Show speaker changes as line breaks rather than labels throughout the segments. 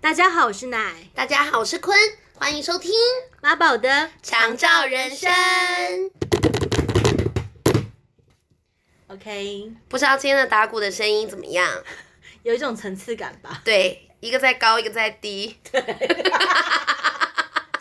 大家好，我是奶
大家好，我是坤，欢迎收听《
妈宝的。
长照人生》。
OK，
不知道今天的打鼓的声音怎么样？
有一种层次感吧，
对，一个在高，一个在低。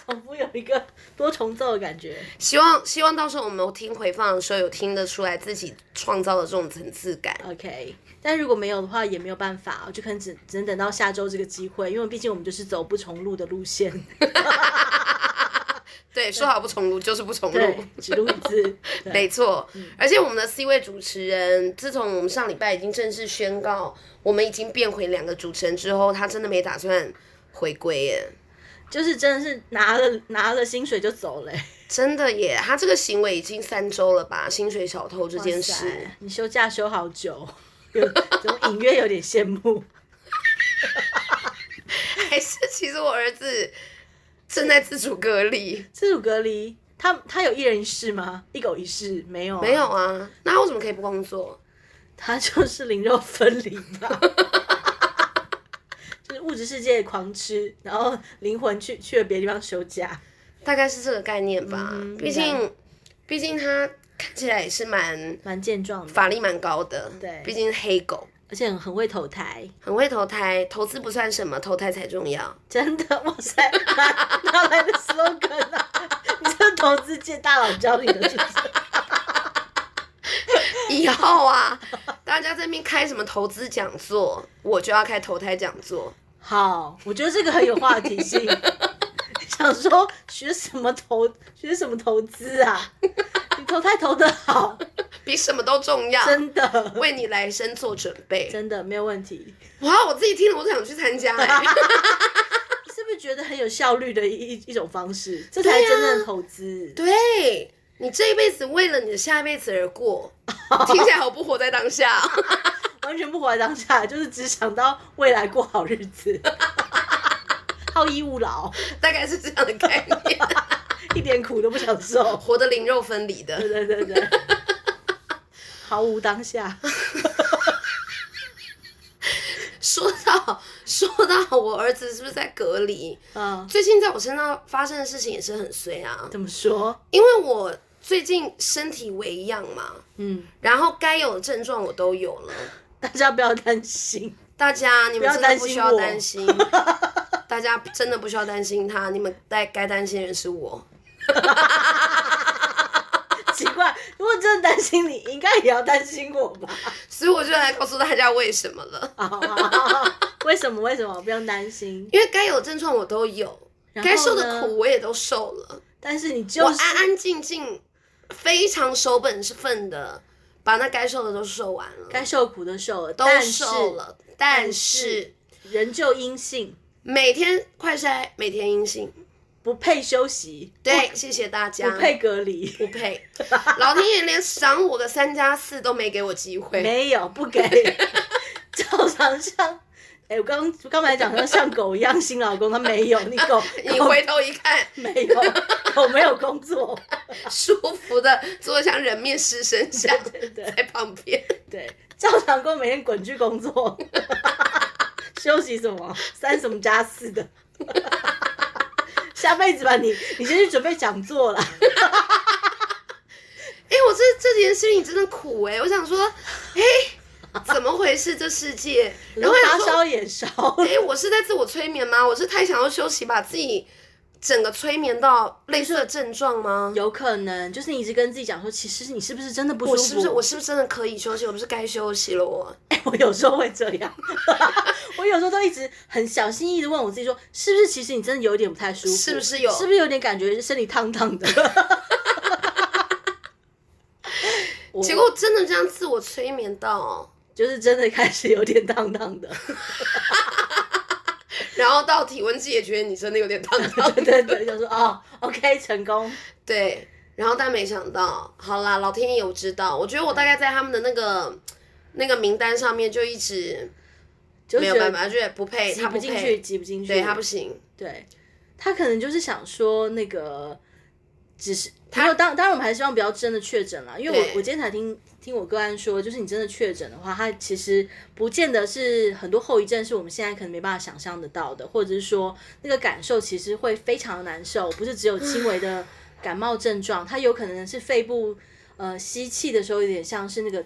仿佛有一个多重奏的感觉。
希望希望到时候我们听回放的时候，有听得出来自己创造的这种层次感。
OK，但如果没有的话，也没有办法，我就可能只只能等到下周这个机会，因为毕竟我们就是走不重路的路线，
对，说好不重录就是不重录
对。，只录一 次。对，嗯
没错，而且我们的 C 位主持人，自从我们上礼拜已经正式宣告我们已经变回两个主持人之后，他真的没打算回归耶，
就是真的是拿了拿了薪水就走了、欸。
真的耶，他这个行为已经三周了吧？薪水小偷这件
哇
事
塞，你休假休好久， 有怎么隐约有点羡慕？
还是其实我儿子正在自主隔离，
自主隔离，他他有一人一室吗？一狗一室没有、
没有，啊？那他为什么可以不工作？
他就是灵肉分离吧。 就是物质世界狂吃，然后灵魂去去了别的地方休假。
大概是这个概念吧。
嗯
毕竟，毕竟他看起来也是蛮
蛮健壮的，
法力蛮高的，
对
毕竟是黑狗。
而且很很会投胎，
很会投胎，投资不算什么，投胎才重要。
真的，哇塞，哪哪来的 slogan 啊？ 你这投资界大佬教你的，是不是？
以后啊，大家在那边开什么投资讲座，我就要开投胎讲座。
好，我觉得这个很有话题性。 想说学什么投学什么投资啊？ 你投胎投的好，
比什么都重要，
真的
为你来生做准备。
真的没有问题。
哇，我自己听了我都想去参加、哎
你是不是觉得很有效率的一一一种方式？这
对
才
啊
真正的投资。
对啊你这一辈子为了你的下一辈子而过，听起来好不活在当下。
完全不活在当下，就是只想到未来过好日子， 好逸恶劳，
大概是这样的概念，
一点苦都不想受。
活得灵肉分离
对
的。
对对对，毫无当下。
说到 说到我儿子是不是在隔离？
嗯，
最近在我身上发生的事情也是很衰啊，
怎么说？
因为我最近身体微恙嘛，
嗯，
然后该有的症状我都有了。
大家不要担心，
大家你
不
们
要
真的不
担心
需要
我
担心，大家真的不需要担心他，你们该该担心的人是我。
奇怪，如果真的担心你，应该也要担心我吧？
所以我就来告诉大家为什么了，
好好好好为什么？为什么不用担心？
因为该有的症状我都有，
然后
该受的
呢
苦我也都受了，
但是你
我
就是
安安静静、非常守本是分的，把那该受的都受完了，
该受苦的受了，
都
但是
受了，但
是
是
仍旧阴性，
每天快筛，每天阴性。
不配休息，
对，谢谢大家。
不配隔离。
不配，老天爷连赏我个三加四都没给我机会。
没有，不给， 照常像。哎、我刚刚才讲说像狗一样新老公，他没有，你狗
你
狗
回头一看，
没有，狗没有工作，
舒服的坐像人面狮身像
对对
在旁边，
对，照常工每天滚去工作， 休息什么三什么加四的， 下辈子吧你，你先去准备讲座啦，
哎、我这这件事情真的苦哎、我想说，哎、怎么回事这世界？然后我
发
想说，
烧也烧
哎、我是在自我催眠吗？我是太想要休息，把自己整个催眠到类似的症状吗？
有可能就是你一直跟自己讲说，其实你是不是真的不舒服？
我是不是我是不是真的可以休息？我不是该休息了我？
我有时候会这样， 我有时候都一直很小心翼翼的问我自己说，是不是其实你真的有点不太舒服？
是不是有
是不是有点感觉身体烫烫的？ 我
结果真的这样自我催眠到、
就是真的开始有点烫烫的，
然后到体温计也觉得你真的有点烫 到。
对对对，就说哦，OK，成功，
对，然后但没想到，好啦，老天爷有知道，我觉得我大概在他们的那个那个名单上面就一直
就
没
觉
有办
得
法，就也不配，
挤
他
不
不
进去，
配，
挤不进去，
对他不行，
对，他可能就是想说那个只是没有当当然我们还是希望不要真的确诊了，因为我
对
我今天才听听我个案说，就是你真的确诊的话，它其实不见得是很多后遗症是我们现在可能没办法想象得到的，或者是说那个感受其实会非常难受，不是只有轻微的感冒症状，它有可能是肺部呃吸气的时候有点像是那个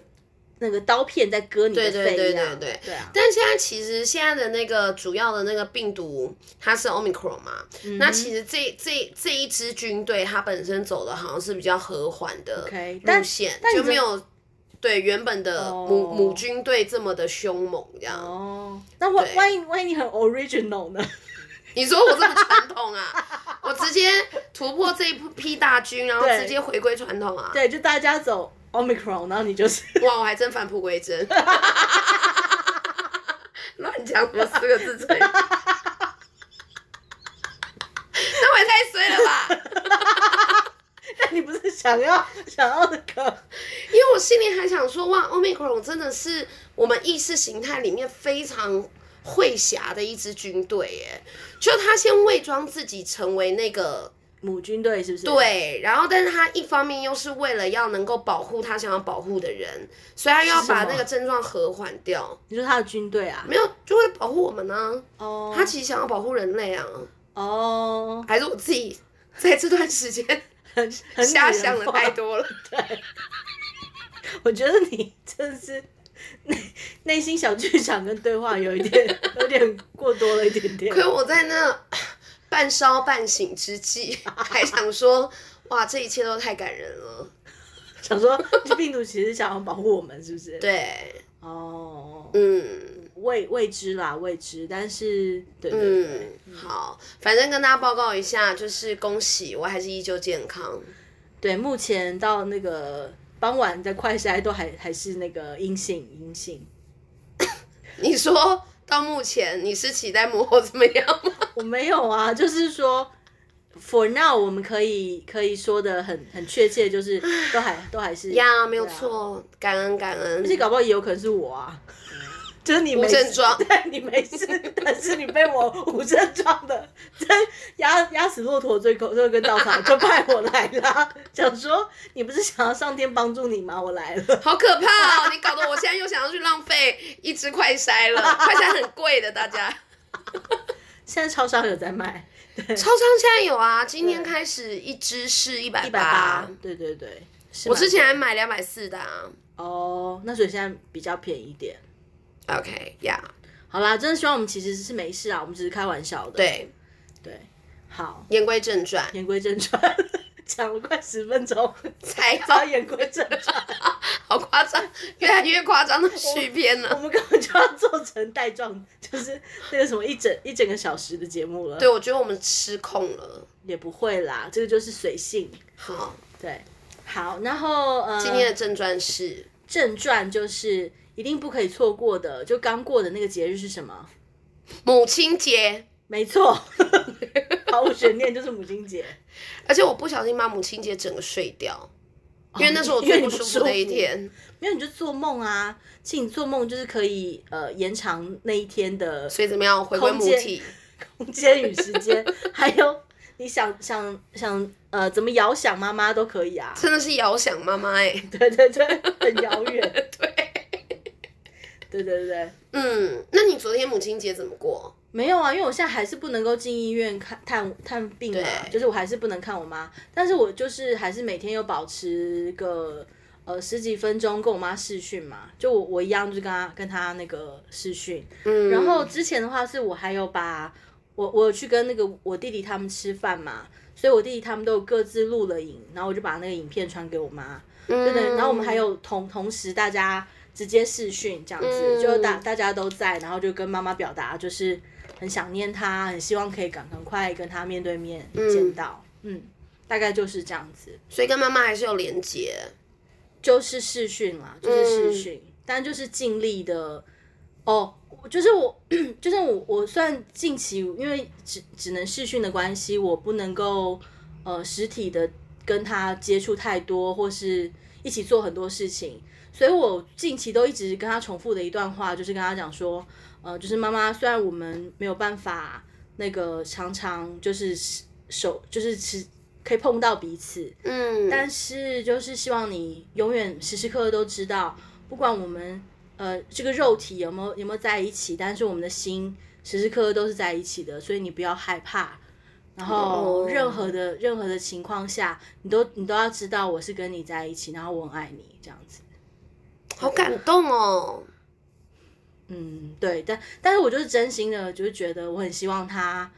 那个刀片在割你的
对
肺
对
一样，
对对
对啊，
但现在其实现在的那个主要的那个病毒，它是 Omicron 嘛，
嗯
那其实这这这一支军队它本身走的好像是比较和缓的
OK，
路
但
线
但你
就
这
没有对原本的母、
哦
母军队这么的凶猛这样。
哦，那万
对
万一万一你很 original 呢？
你说我这么传统啊？ 我直接突破这一批大军，然后
对
直接回归传统啊！
对，就大家走 omicron，然后你就是。
哇，我还真返璞归真。 乱讲我四个字嘴，那我也太衰了吧！
你不是想要 想要那个？
因为我心里还想说，哇，Omicron 真的是我们意识形态里面非常会侠的一支军队耶，就他先伪装自己成为那个
母军队是不是？，
对，然后但是他一方面又是为了要能够保护他想要保护的人，所以他又要
是什
把
么
那个症状和缓掉，
你说他的军队啊？
没有就会保护我们啊呢、
哦
他其实想要保护人类啊，
哦，
还是我自己在这段时间
很很
瞎
拟人
想的
化
太。多了。
我觉得你真的是 内内心小剧场跟对话有一点 有点过多了一点点
亏。我在那半烧半醒之际，还想说，哇，这一切都太感人了。
想说这病毒其实想要保护我们，是不是？。
对，
哦，
嗯
未未知啦，未知，但是对对对。
嗯，好，反正跟大家报告一下，就是恭喜，我还是依旧健康。
对，目前到那个傍晚在快筛都还还是那个阴性阴性，
你说到目前，你是期待幕后怎么样吗？
我没有啊，就是说，for now 我们可以可以说的很很确切，就是都还都还是
呀，没有
对啊
错，感恩感恩
而。且搞不好也有可能是我啊，就是你
嗯无
没
症
事，
状
对你没事，但是你被我无症状的，真压压死骆驼最后最后一根稻草，就派我来啦。 想说你不是想要上天帮助你吗？我来了，
好可怕哦！你搞得我现在又想要去浪费一支快筛了，快筛很贵的，大 家。
现在超商有在卖
超商现在有啊，今天开始一支是一百
一百八，对对对，是
我
蛮
之前还买两百四的啊。
哦，那所以现在比较便宜一点。
OK 呀、
好啦，真的希望我们其实是没事啊，我们只是开玩笑的。
对，
对，好，
言归正传，
言归正传， 讲了快十分钟，
才
要言归正 传，
好夸张，越来越夸张的续篇
我
了。
们根本就要做成带状，就是那个什么一整一整个小时的节目了。
对，，我觉得我们失控了。
也不会啦，这个就是随性。
好，
对，好，然后呃，
今天的正传是
正传就是一定不可以错过的，就刚过的那个节日是什么？
母亲节，
没错， 毫无悬念就是母亲节。
而且我不小心把母亲节整个睡掉，因为那是我
哦
最不舒服的一天。
没有，你就做梦啊。其实你做梦就是可以呃延长那一天的
所以怎么样，回归母体？
空间与时间，还有你想想想呃怎么遥想妈妈都可以啊。
真的是遥想妈妈哎、
对对对，很遥远。对对对对，
嗯，那你昨天母亲节怎么过？
没有啊，因为我现在还是不能够进医院看探探病啊，
对
就是我还是不能看我妈，但是我就是还是每天有保持个呃十几分钟跟我妈视讯嘛，就我我一样就是跟她跟她那个视讯，
嗯，
然后之前的话是我还有把我我有去跟那个我弟弟他们吃饭嘛，所以我弟弟他们都有各自录了影，然后我就把那个影片传给我妈，
真
对对，然后我们还有同同时大家直接视讯这样子，
嗯
就大大家都在，然后就跟妈妈表达就是很想念她，很希望可以赶赶快跟她面对面见到，嗯大概就是这样子，
所以跟妈妈还是有连结。
就是视讯啦，就是视讯，但就是尽力的哦。就是我， 就是我，我算近期因为只只能视讯的关系，我不能够呃实体的跟他接触太多，或是一起做很多事情，所以我近期都一直跟他重复的一段话，就是跟他讲说，呃，就是妈妈，虽然我们没有办法那个常常就是手就是持可以碰到彼此，
嗯，
但是就是希望你永远时时刻刻都知道，不管我们呃这个肉体有没有有没有在一起，但是我们的心时时刻刻都是在一起的，所以你不要害怕。然后
哦
任何的、任何的情况下，你都你都要知道我是跟你在一起，然后我很爱你这样子。
好感动哦。
嗯，对，但但是我就是真心的，就是觉得我很希望他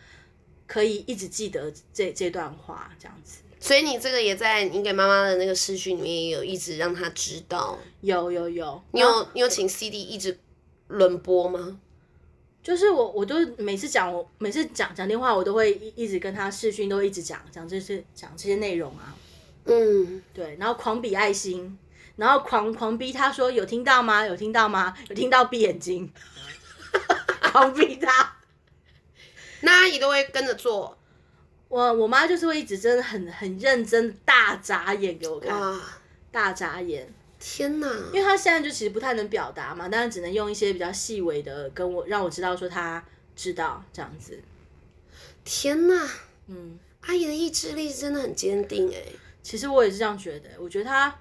可以一直记得这这段话这样子。
所以你这个也在你给妈妈的那个视讯里面也有一直让她知道，
有有有，
你有、你有请 CD 一直轮播吗？
就是我，我都每次讲，我每次讲讲电话，我都会一一直跟他视讯，都会一直讲讲这些讲这些内容啊，
嗯，
对，然后狂比爱心，然后狂狂逼他说有听到吗？有听到吗？有听到闭眼睛， 狂逼他。
那阿姨都会跟着做。
我我妈就是会一直真的很很认真地大眨眼给我看，
哇，
大眨眼，
啊天哪！
因为她现在就其实不太能表达嘛，但是只能用一些比较细微的跟我让我知道说她知道这样子，
天哪！
嗯。
阿姨的意志力真的很坚定哎、
其实我也是这样觉得，我觉得他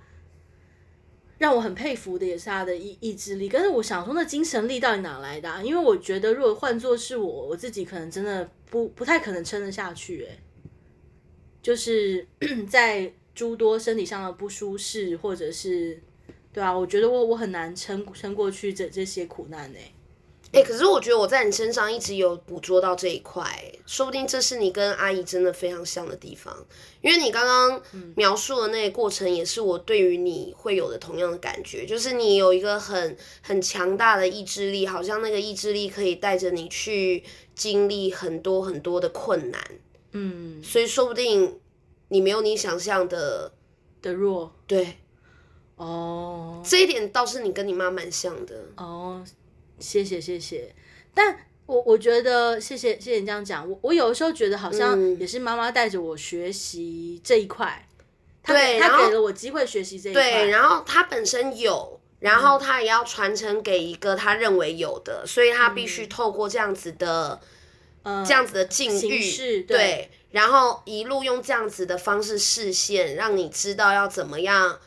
让我很佩服的也是他的意意志力，但是我想说那精神力到底哪来的、啊？因为我觉得如果换作是我，我自己可能真的不不太可能撑得下去、欸，就是嗯在诸多身体上的不舒适，或者是对啊，我觉得我我很难撑撑过去这这些苦难呢、
哎、可是我觉得我在你身上一直有捕捉到这一块、说不定这是你跟阿姨真的非常像的地方，因为你刚刚描述的那个过程，也是我对于你会有的同样的感觉，就是你有一个很很强大的意志力，好像那个意志力可以带着你去经历很多很多的困难，
嗯，
所以说不定你没有你想象的，
的弱
对，
哦，
这一点倒是你跟你妈蛮像的，
哦，谢谢谢谢，但我我觉得谢谢谢谢你这样讲，我我有的时候觉得好像
嗯
也是妈妈带着我学习这一块，她
对
给
然
她
后
给了我机会学习这一
对，
块，
然后他本身有，然后
嗯
他也要传承给一个他认为有的，所以他必须透过这样子的、
嗯，
这样子的境
形
遇，
式
对
对
然后一路用这样子的方式视线，让你知道要怎么样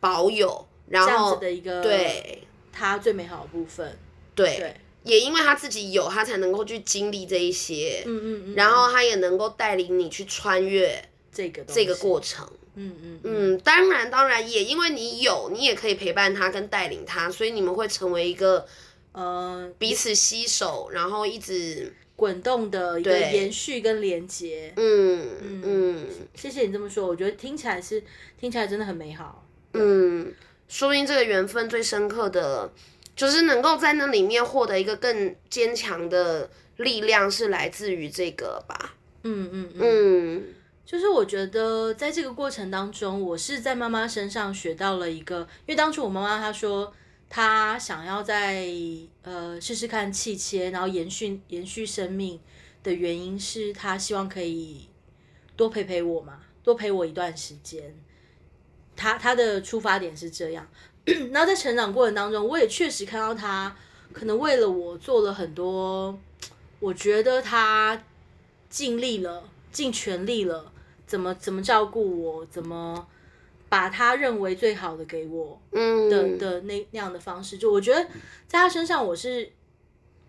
保有，然
这样
后
子的一个
对
她最美好的部分，
对
对，
也因为他自己有，他才能够去经历这一些，
嗯嗯嗯，
然后他也能够带领你去穿越
这个东
这个
西
过，程。
嗯嗯嗯，
嗯，当然，当然也因为你有，你也可以陪伴他跟带领他，所以你们会成为一个
呃，
彼此携手，然后一直
滚动的一个
对
延续跟连接，
嗯嗯
谢谢你这么说，我觉得听起来是听起来真的很美好，
嗯，说不定这个缘分最深刻的，就是能够在那里面获得一个更坚强的力量，是来自于这个吧。
嗯嗯嗯。
嗯
就是我觉得在这个过程当中，我是在妈妈身上学到了一个，因为当初我妈妈她说她想要在呃试试看气切，然后延续延续生命的原因是她希望可以多陪陪我嘛，多陪我一段时间。她她的出发点是这样， 然后在成长过程当中，我也确实看到她可能为了我做了很多，我觉得她尽力了，尽全力了，怎么怎么照顾我，怎么把他认为最好的给我
嗯
的的那那样的方式，就我觉得在他身上我是。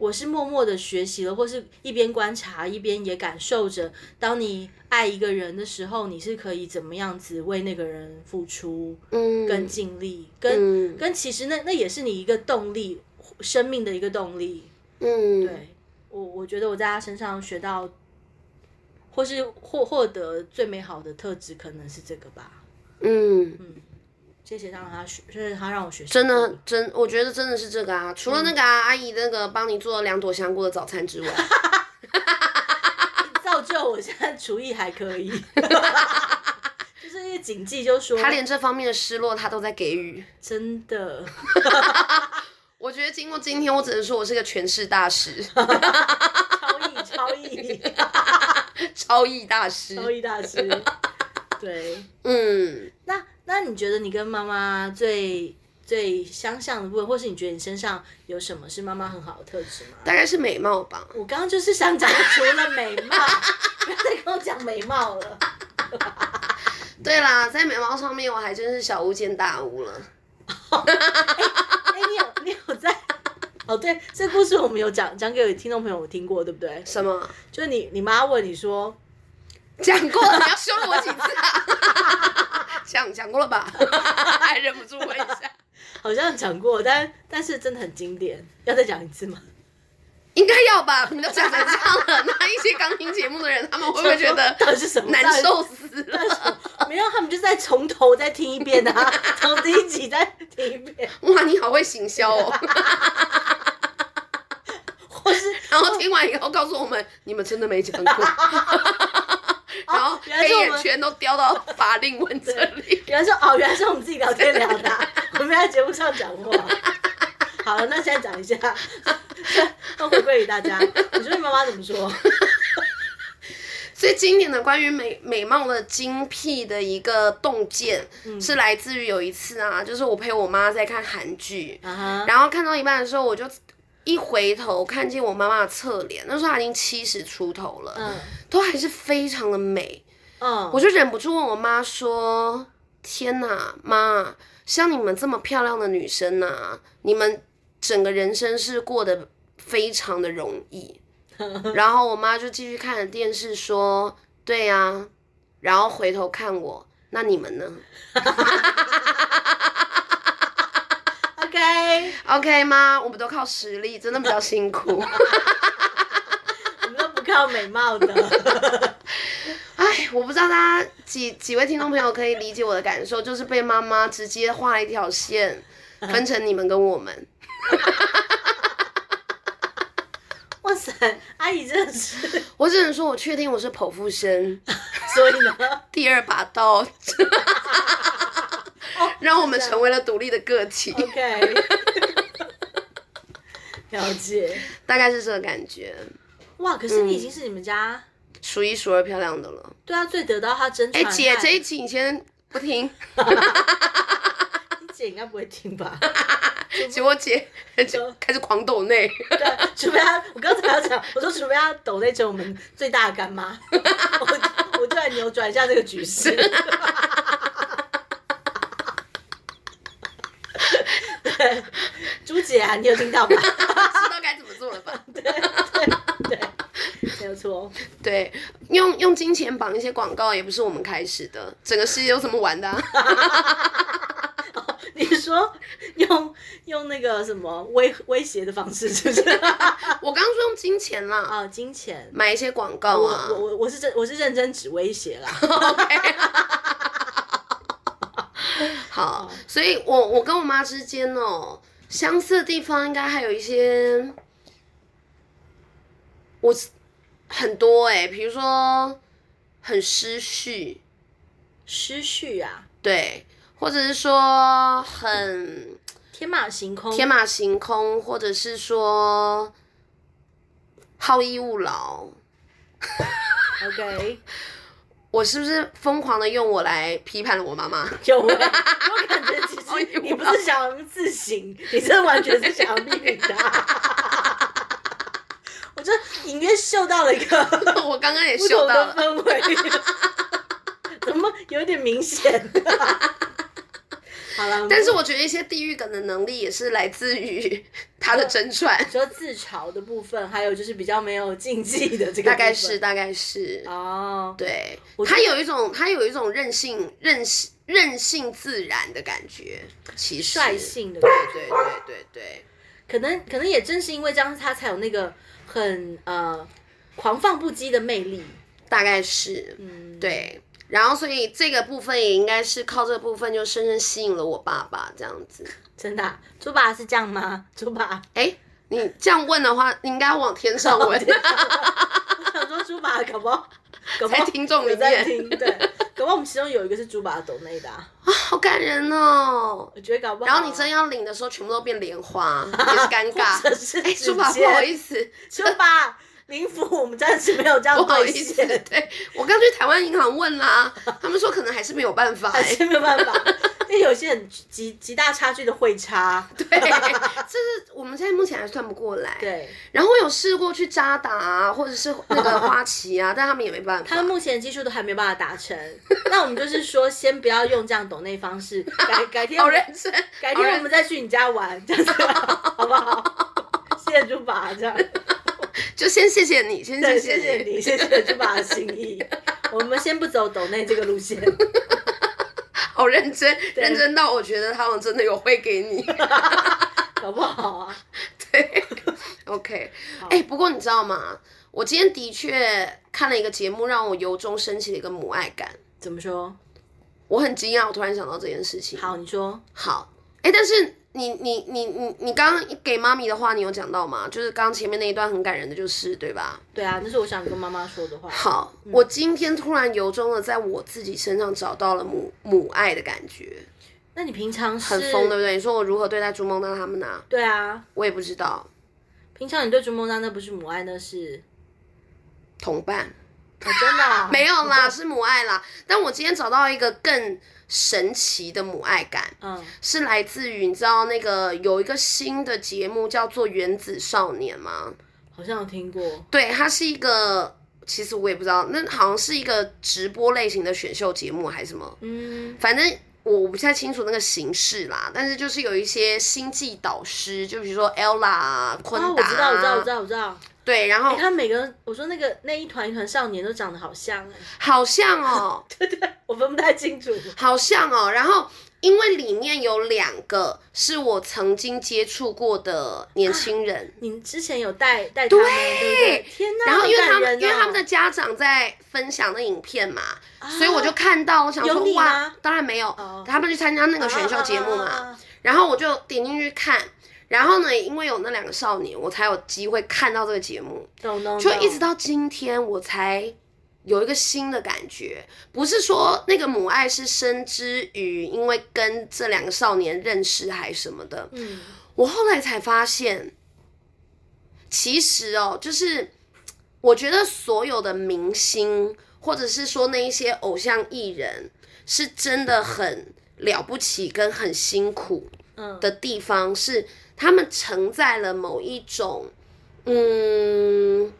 我是默默的学习了，或是一边观察，一边也感受着，当你爱一个人的时候，你是可以怎么样子为那个人付出，
嗯
跟尽力，跟、
嗯
跟其实那那也是你一个动力，生命的一个动力。
嗯
对我，我觉得我在他身上学到，或是获获得最美好的特质，可能是这个吧。
嗯。
谢谢让他学，就是他让我学习。
真的，真，我觉得真的是这个啊，除了那个、啊阿姨那个帮你做了两朵香菇的早餐 之外，
造就我现在厨艺还可以。 就是因为谨记，就说
她连这方面的失落她都在给予。
真的，
我觉得经过今天，我只能说我是个诠释大师，
超艺超艺
超艺大师。
超艺大师。对，
嗯，
那那你觉得你跟妈妈最最相像的部分，或是你觉得你身上有什么是妈妈很好的特质吗？
大概是美貌吧。
我刚刚就是想讲，除了美貌，不要再跟我讲美貌了。
对啦，在眉毛上面我还真是小巫见大巫了。
哎、你有你有在？哦，对，这故事我们有讲讲给听众朋友听过，对不对？
什么？
就是你你妈问你说，
讲过了，你要羞辱我几次啊？ 讲讲过了吧？还忍不住问一下，
好像讲过，但但是真的很经典，要再讲一次吗？
应该要吧？你都讲成这样了，那一些刚听节目的人，他们会不会觉得
到底是什么
难受死
到底是
了？
什么没有，他们就再从头再听一遍啊， 从第一集再听一遍，
哇，你好会行销哦！
或是
然后听完以后告诉我们，你们真的没讲过。然后
哦原来
黑
是我们
眼圈都掉到法令纹这里。
原来是哦，原来是我们自己聊天聊的 啊、我们在节目上讲话。好了，那现在讲一下，要回归于大家。你说你妈妈怎么 说？
最经典的关于美美貌的精辟的一个洞见，是来自于有一次啊，就是我陪我妈在看韩剧，
啊哈，
然后看到一半的时候，我就一回头看见我妈妈的侧脸，那时候她已经七十出头了，
嗯
都还是非常的美，
嗯，
我就忍不住问我妈说：“天哪，妈，像你们这么漂亮的女生呐、你们整个人生是过得非常的容易。”然后我妈就继续看着电视说：“对呀、啊。”然后回头看我，那你们呢
OK，
？OK 妈，我们都靠实力，真的比较辛苦。
我们都不靠美貌 的。
哎，我不知道大家几几位听众朋友可以理解我的感受，就是被妈妈直接画了一条线，分成你们跟我们。
哇塞，阿姨真的是，
我只能说，我确定我是剖腹生，
所以 呢，
第二把刀，让我们成为了独立的个体，
啊 OK，了解。
大概是这个感觉，
哇，可是你已经是你们
嗯
家、
数一数二漂亮的了。
对啊最得到他真
哎、
传。
姐，这一集你先不听，
你姐应该不会听吧？
结果姐就开始狂抖内，
对，除非他，我刚才要讲，我说除非他抖那成我们最大的干妈，我我就来扭转一下这个局势。对，朱姐啊，你有听到吧？
知道该怎么做了吧？
对对对，没有错。
对，用用金钱绑一些广告也不是我们开始的，整个世界都这么玩的、啊。
你说用用那个什么威威胁的方式，是不是？
我刚刚说用金钱啦，
啊，金钱。
买一些广告
我
啊。
我我我是真我是认真指威胁啦，
好，所以我我跟我妈之间哦，相似的地方应该还有一些，我是很多哎、比如说很失序，
失序啊，
对，或者是说很
天马行空，
天马行空，或者是说好逸恶劳。
OK，
我是不是疯狂的用我来批判了我妈妈？
有欸，我感觉其
哎
实你不是想要自省，你真的完全是想要避免他。 我就隐约嗅到了一个
我刚刚也
不
嗅
同
到
的
了。
氛围，怎么有点明显？ 好了，
但是我觉得一些地域梗的能力也是来自于 他的真传，
你说自嘲的部分，还有就是比较没有禁忌的这个部分，
大概是大概是，
哦，
对
我，觉
他
得
有一种他有一种任性任性任性自然的感觉，其实
率，性的感觉。
对对对对对，
可能可能也正是因为这样，他才有那个很呃狂放不羁的魅力。
大概是
嗯，
对。然后，所以这个部分也应该是靠这部分就深深吸引了我爸爸这样子。
真的、啊，猪爸是这样吗？ 猪爸，
哎，你这样问的话，你应该往天 上
哦
问。
我想说猪爸搞不 好，搞不好
在听众里
有在
面
听，对，搞不好我们其中有一个是猪爸抖内的、啊，
好感人哦！
我觉得搞不好。
然后你真要领的时候，全部都变莲花，也是尴尬。
或者是
哎，
直
书法
接
不好意思，
猪爸，灵符我们暂时没有这样
不好
兑
意思，
现，
对我刚去台湾银行问啦，他们说可能还是没有办法、
还
哎
是没有办法。因为有些很极极大差距的会差，
对，这是我们现在目前还算不过来。
对，
然后我有试过去扎达啊，或者是那个花旗啊，但他们也没办法。
他们目前技术都还没办法达成。那我们就是说，先不要用这样抖内方式，改改天
好认真，
改天我们再去你家玩， 这样子好不好？谢谢猪爸，这样
就先谢谢你，先
对，
谢
谢谢你，谢谢猪爸的心意。我们先不走抖内这个路 线，
好认真，认真到我觉得他们真的有会给 你。
好不好啊？
对，OK，哎、不过你知道吗？我今天的确看了一个节目，让我由衷升起了一个母爱感。
怎么说？
我很惊讶，我突然想到这件事情。
好，你说
好，哎、但是你你你你你刚刚给妈咪的话，你有讲到吗？就是刚刚前面那一段很感人的，就是对吧？
对啊，那是我想跟妈妈说的话。
好，我今天突然由衷的在我自己身上找到了母母爱的感觉，
那你平常是
很疯，对不对？你说我如何对待朱梦娜他们呢、
对啊，
我也不知道，
平常你对朱梦娜那不是母爱，那是
同伴。
哦，真的、啊、
没有啦，是母爱啦。但我今天找到一个更神奇的母爱感，
嗯，
是来自于你知道那个有一个新的节目叫做《原子少年》吗？
好像有听过，
对，它是一个，其实我也不知道，那好像是一个直播类型的选秀节目还是什么，
嗯，
反正。我我不太清楚那个形式啦，但是就是有一些星际导师，就比如说 Ella 啊、昆
哦，我
达、啊
知道，我知道，我知，道，我知道。
对，然后
哎、他们每个人，我说那个那一团一团少年都长得好像、哎，
好像哦，
对对，我分不太清楚。
好像哦。然后因为里面有两个是我曾经接触过的
啊
年轻人，
你之前有带带他们，对不对？天哪，
然后因为他
好感人哦啊
们、因为他们的家长在分享的影片嘛，所以我就看到，我想
有
说
你
哇
吗，
当然没有，
哦
他们去参加那个选秀节目嘛，
啊啊啊啊
然后我就点进去看。然后呢，因为有那两个少年，我才有机会看到这个节目。
懂懂，
就一直
到
到今天，我才有一个新的感觉，不是说那个母爱是生之于因为跟这两个少年认识还什么的，
嗯，
我后来才发现，其实哦，就是我觉得所有的明星，或者是说那一些偶像艺人，是真的很了不起跟很辛苦，
嗯
的地方是他们承载了某一种，嗯，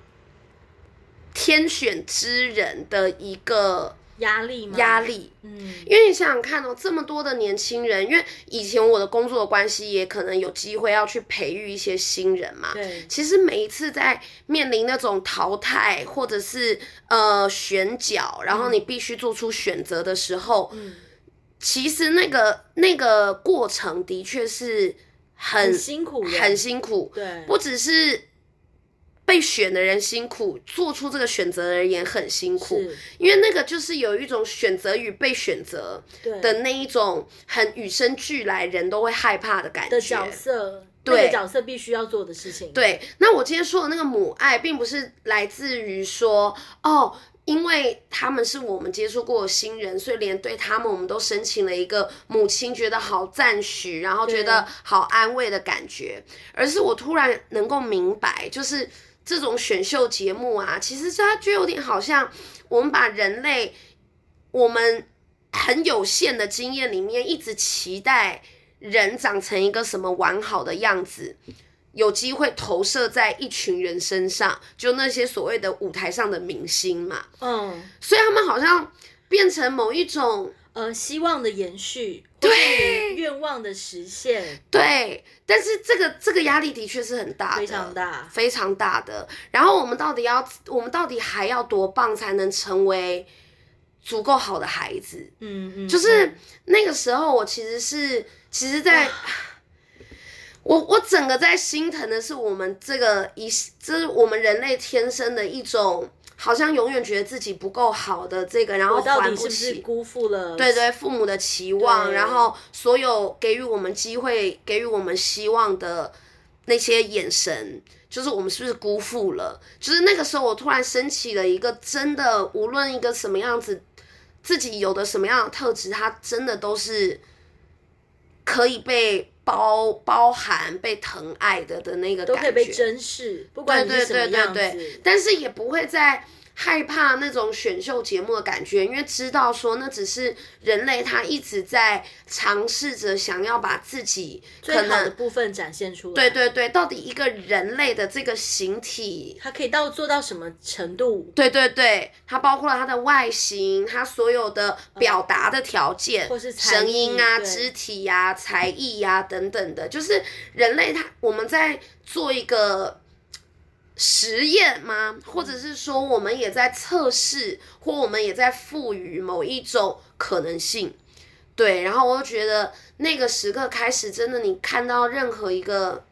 天选之人的一个
压力吗？
压力。
嗯，
因为你想想看哦，这么多的年轻人，因为以前我的工作的关系，也可能有机会要去培育一些新人嘛。
对，
其实每一次在面临那种淘汰或者是呃选角，然后你必须做出选择的时候，
嗯，
其实那个那个过程的确是很
很辛苦的，
很辛苦，
对，
不只是被选的人辛苦，做出这个选择的人也很辛苦，
是，
因为那个就是有一种选择与被选择
对
的那一种很与生俱来，人都会害怕的感
的
觉
角。色，
对
那个角色必须要做的事情，，
对，那我今天说的那个母爱，并不是来自于说哦。因为他们是我们接触过的新人，所以连对他们我们都申请了一个母亲觉得好赞许，然后觉得
对
好安慰的感觉，而是我突然能够明白，就是这种选秀节目啊，其实它就有点好像我们把人类我们很有限的经验里面，一直期待人长成一个什么完好的样子，有机会投射在一群人身上，就那些所谓的舞台上的明星嘛，
嗯。
所以他们好像变成某一种
呃，希望的延续，对愿望的实现
对，但是这个这个压力的确是很大的，
非常大。
非常大的。然后我们到底要，我们到底还要多棒才能成为足够好的孩子？
嗯嗯，
就是那个时候，我其实是，其实在，
啊
我我整个在心疼的是我们这个一，这是我们人类天生的一种，好像永远觉得自己不够好的这个，然后
我到
还
底是
不
不是
起。
辜负了？
对对，父母的期望，
对
然后所有给予我们机会、给予我们希望的那些眼神，就是我们是不是辜负了？就是那个时候，我突然升起了一个真的，无论一个什么样子，自己有的什么样的特质，它真的都是可以被包包含、被疼爱的的那个
都
感觉，
可以被珍视，不管
对
你
对
是什么
对对
样子，
对，但是也不会在害怕那种选秀节目的感觉，因为知道说那只是人类他一直在尝试着想要把自己可
最好的
能。
部分展现出来。
对，对对，到底一个人类的这个形体，
它可以到做到什么程度，
对对对，它包括了它的外形，它所有的表达的条件，
嗯或是才艺
声音啊、
对
肢体呀、才艺呀、等等的，就是人类它我们在做一个实验吗？或
嗯
者是说我们也在测试，或我们也在赋予某一种可能性？对，然后我就觉得那个时刻开始，真的你看到任何一个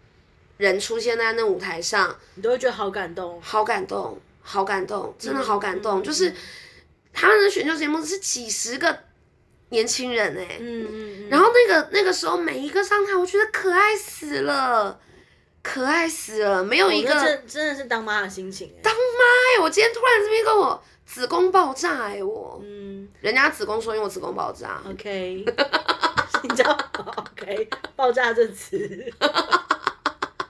人出现在那舞台上，
你都会觉得好感动。
好感动，好感动，真的好感动。
嗯
就是他们的选秀节目是几十个年轻人哎、
嗯嗯嗯。
然后那个那个时候每一个上台，我觉得可爱死了，可爱死了，没有
我
一个
那真真的是当妈的心情哎。
哎，我今天突然这边跟我子宫爆炸哎、我
嗯
人家子宫说因为我子宫爆炸，
，OK，你知道 OK 爆炸这词，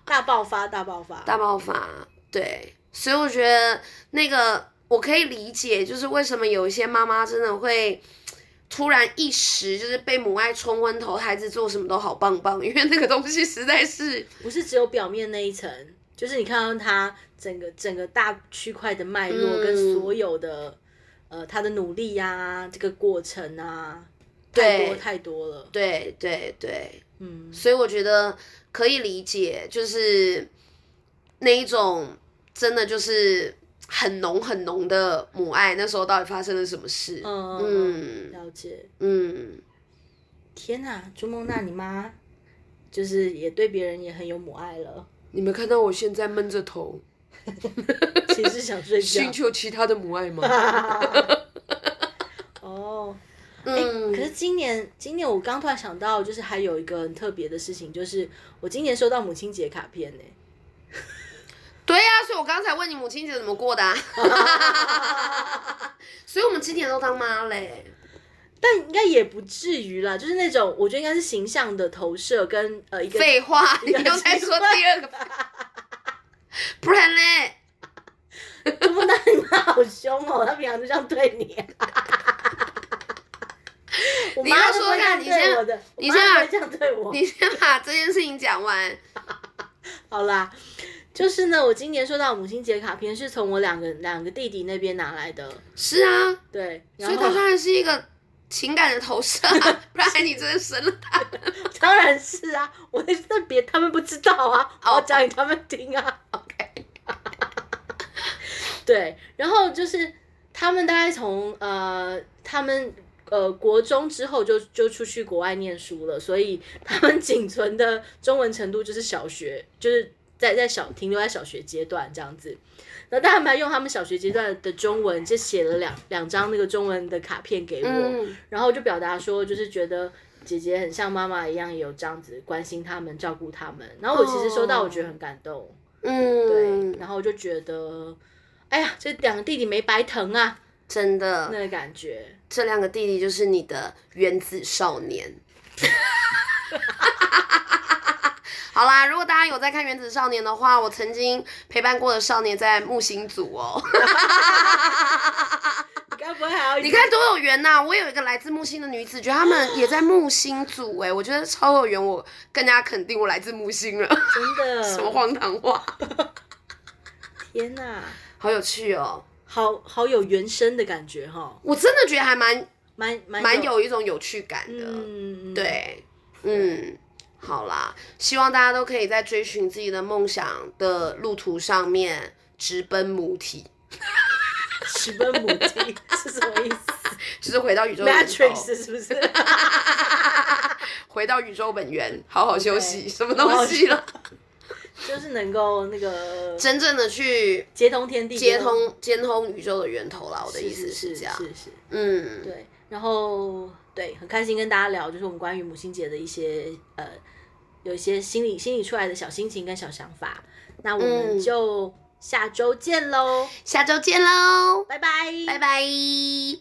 大爆发，大爆发。
大爆发，对，所以我觉得那个我可以理解，就是为什么有一些妈妈真的会突然一时就是被母爱冲昏头，孩子做什么都好棒棒，因为那个东西实在是
不是只有表面那一层，就是你看到他整个整个大区块的脉络
嗯
跟所有的、呃他的努力呀、这个过程啊，太多
对
太多了。
对对对，
嗯，
所以我觉得可以理解，就是那一种真的就是很浓很浓的母爱，那时候到底发生了什么事？
嗯
嗯
了解。
嗯，
天哪、朱梦娜，你妈就是也对别人也很有母爱 了，
你们看到我现在闷着头。
其实想睡觉。
求其他的母爱吗？
哦，
嗯，
可是今年，今年我刚突然想到，就是还有一个很特别的事情，就是我今年收到母亲节卡片 呢、
对呀、所以我刚才问你母亲节怎么过的、啊， 所以我们今年都当妈嘞。
但应该也不至于啦，就是那种我觉得应该是形象的投射跟呃一个
废话，你
个
又在说第二 个，不然嘞，
朱梦娜，你妈好凶哦，她平常就这样对你、我
你
妈
要
都
说
不会这样
看你
对
先
我的，我
你
妈不
先把
会这样对我。
你先把这件事情讲完。
好啦，就是呢，我今年收到母亲节卡片是从我两个两个弟弟那边拿来的，
是啊，
对，然
所以它
后
当然是一个情感的投射、 啊，不然你真的生 了他。
当然是啊，我在那别他们不知道啊，我
哦
要讲给他们听啊。对，然后就是他们大概从呃他们呃国中之后就就出去国外念书了，所以他们仅存的中文程度就是小学，就是在在小停留在小学阶段这样子。然后他们还用他们小学阶段的中文，就写了两两张那个中文的卡片给我。
嗯
然后就表达说，就是觉得姐姐很像妈妈一样，有这样子关心他们、照顾他们。然后我其实收到，我觉得很感动，
嗯，
对。然后我就觉得，哎呀，这两个弟弟没白疼啊，
真的，
那个感觉。
这两个弟弟就是你的原子少年。 好啦，如果大家有在看《原子少年》的话，我曾经陪伴过的少年在木星组哦。
你该不会还要
你看多有缘呐、我有一个来自木星的女子，觉得他们也在木星组哎、我觉得超有缘，我更加肯定我来自木星了。
真 的
什么荒唐话，
天哪，
好有趣哦！
好好有原生的感觉哈，
我真的觉得还蛮
蛮蛮
蛮有一种有趣感的。
嗯，嗯，
对，嗯，好啦，希望大家都可以在追寻自己的梦想的路途上面直奔母体，
十分母鸡是什么意 思
就是回到宇宙的源头
？Matrix 是不是？
回到宇宙本源，好好休息
OK，
什么东西了？
就是能够那个
真正的去
接通天地，
接通接通宇宙的源头啦。我的意思
是
这样，
是是。
嗯，
对，然后对，很开心跟大家聊，就是我们关于母亲节的一些呃，有一些心里心里出来的小心情跟小想法。那我们
嗯
就下周见喽，
下周见喽，
拜拜，拜
拜拜。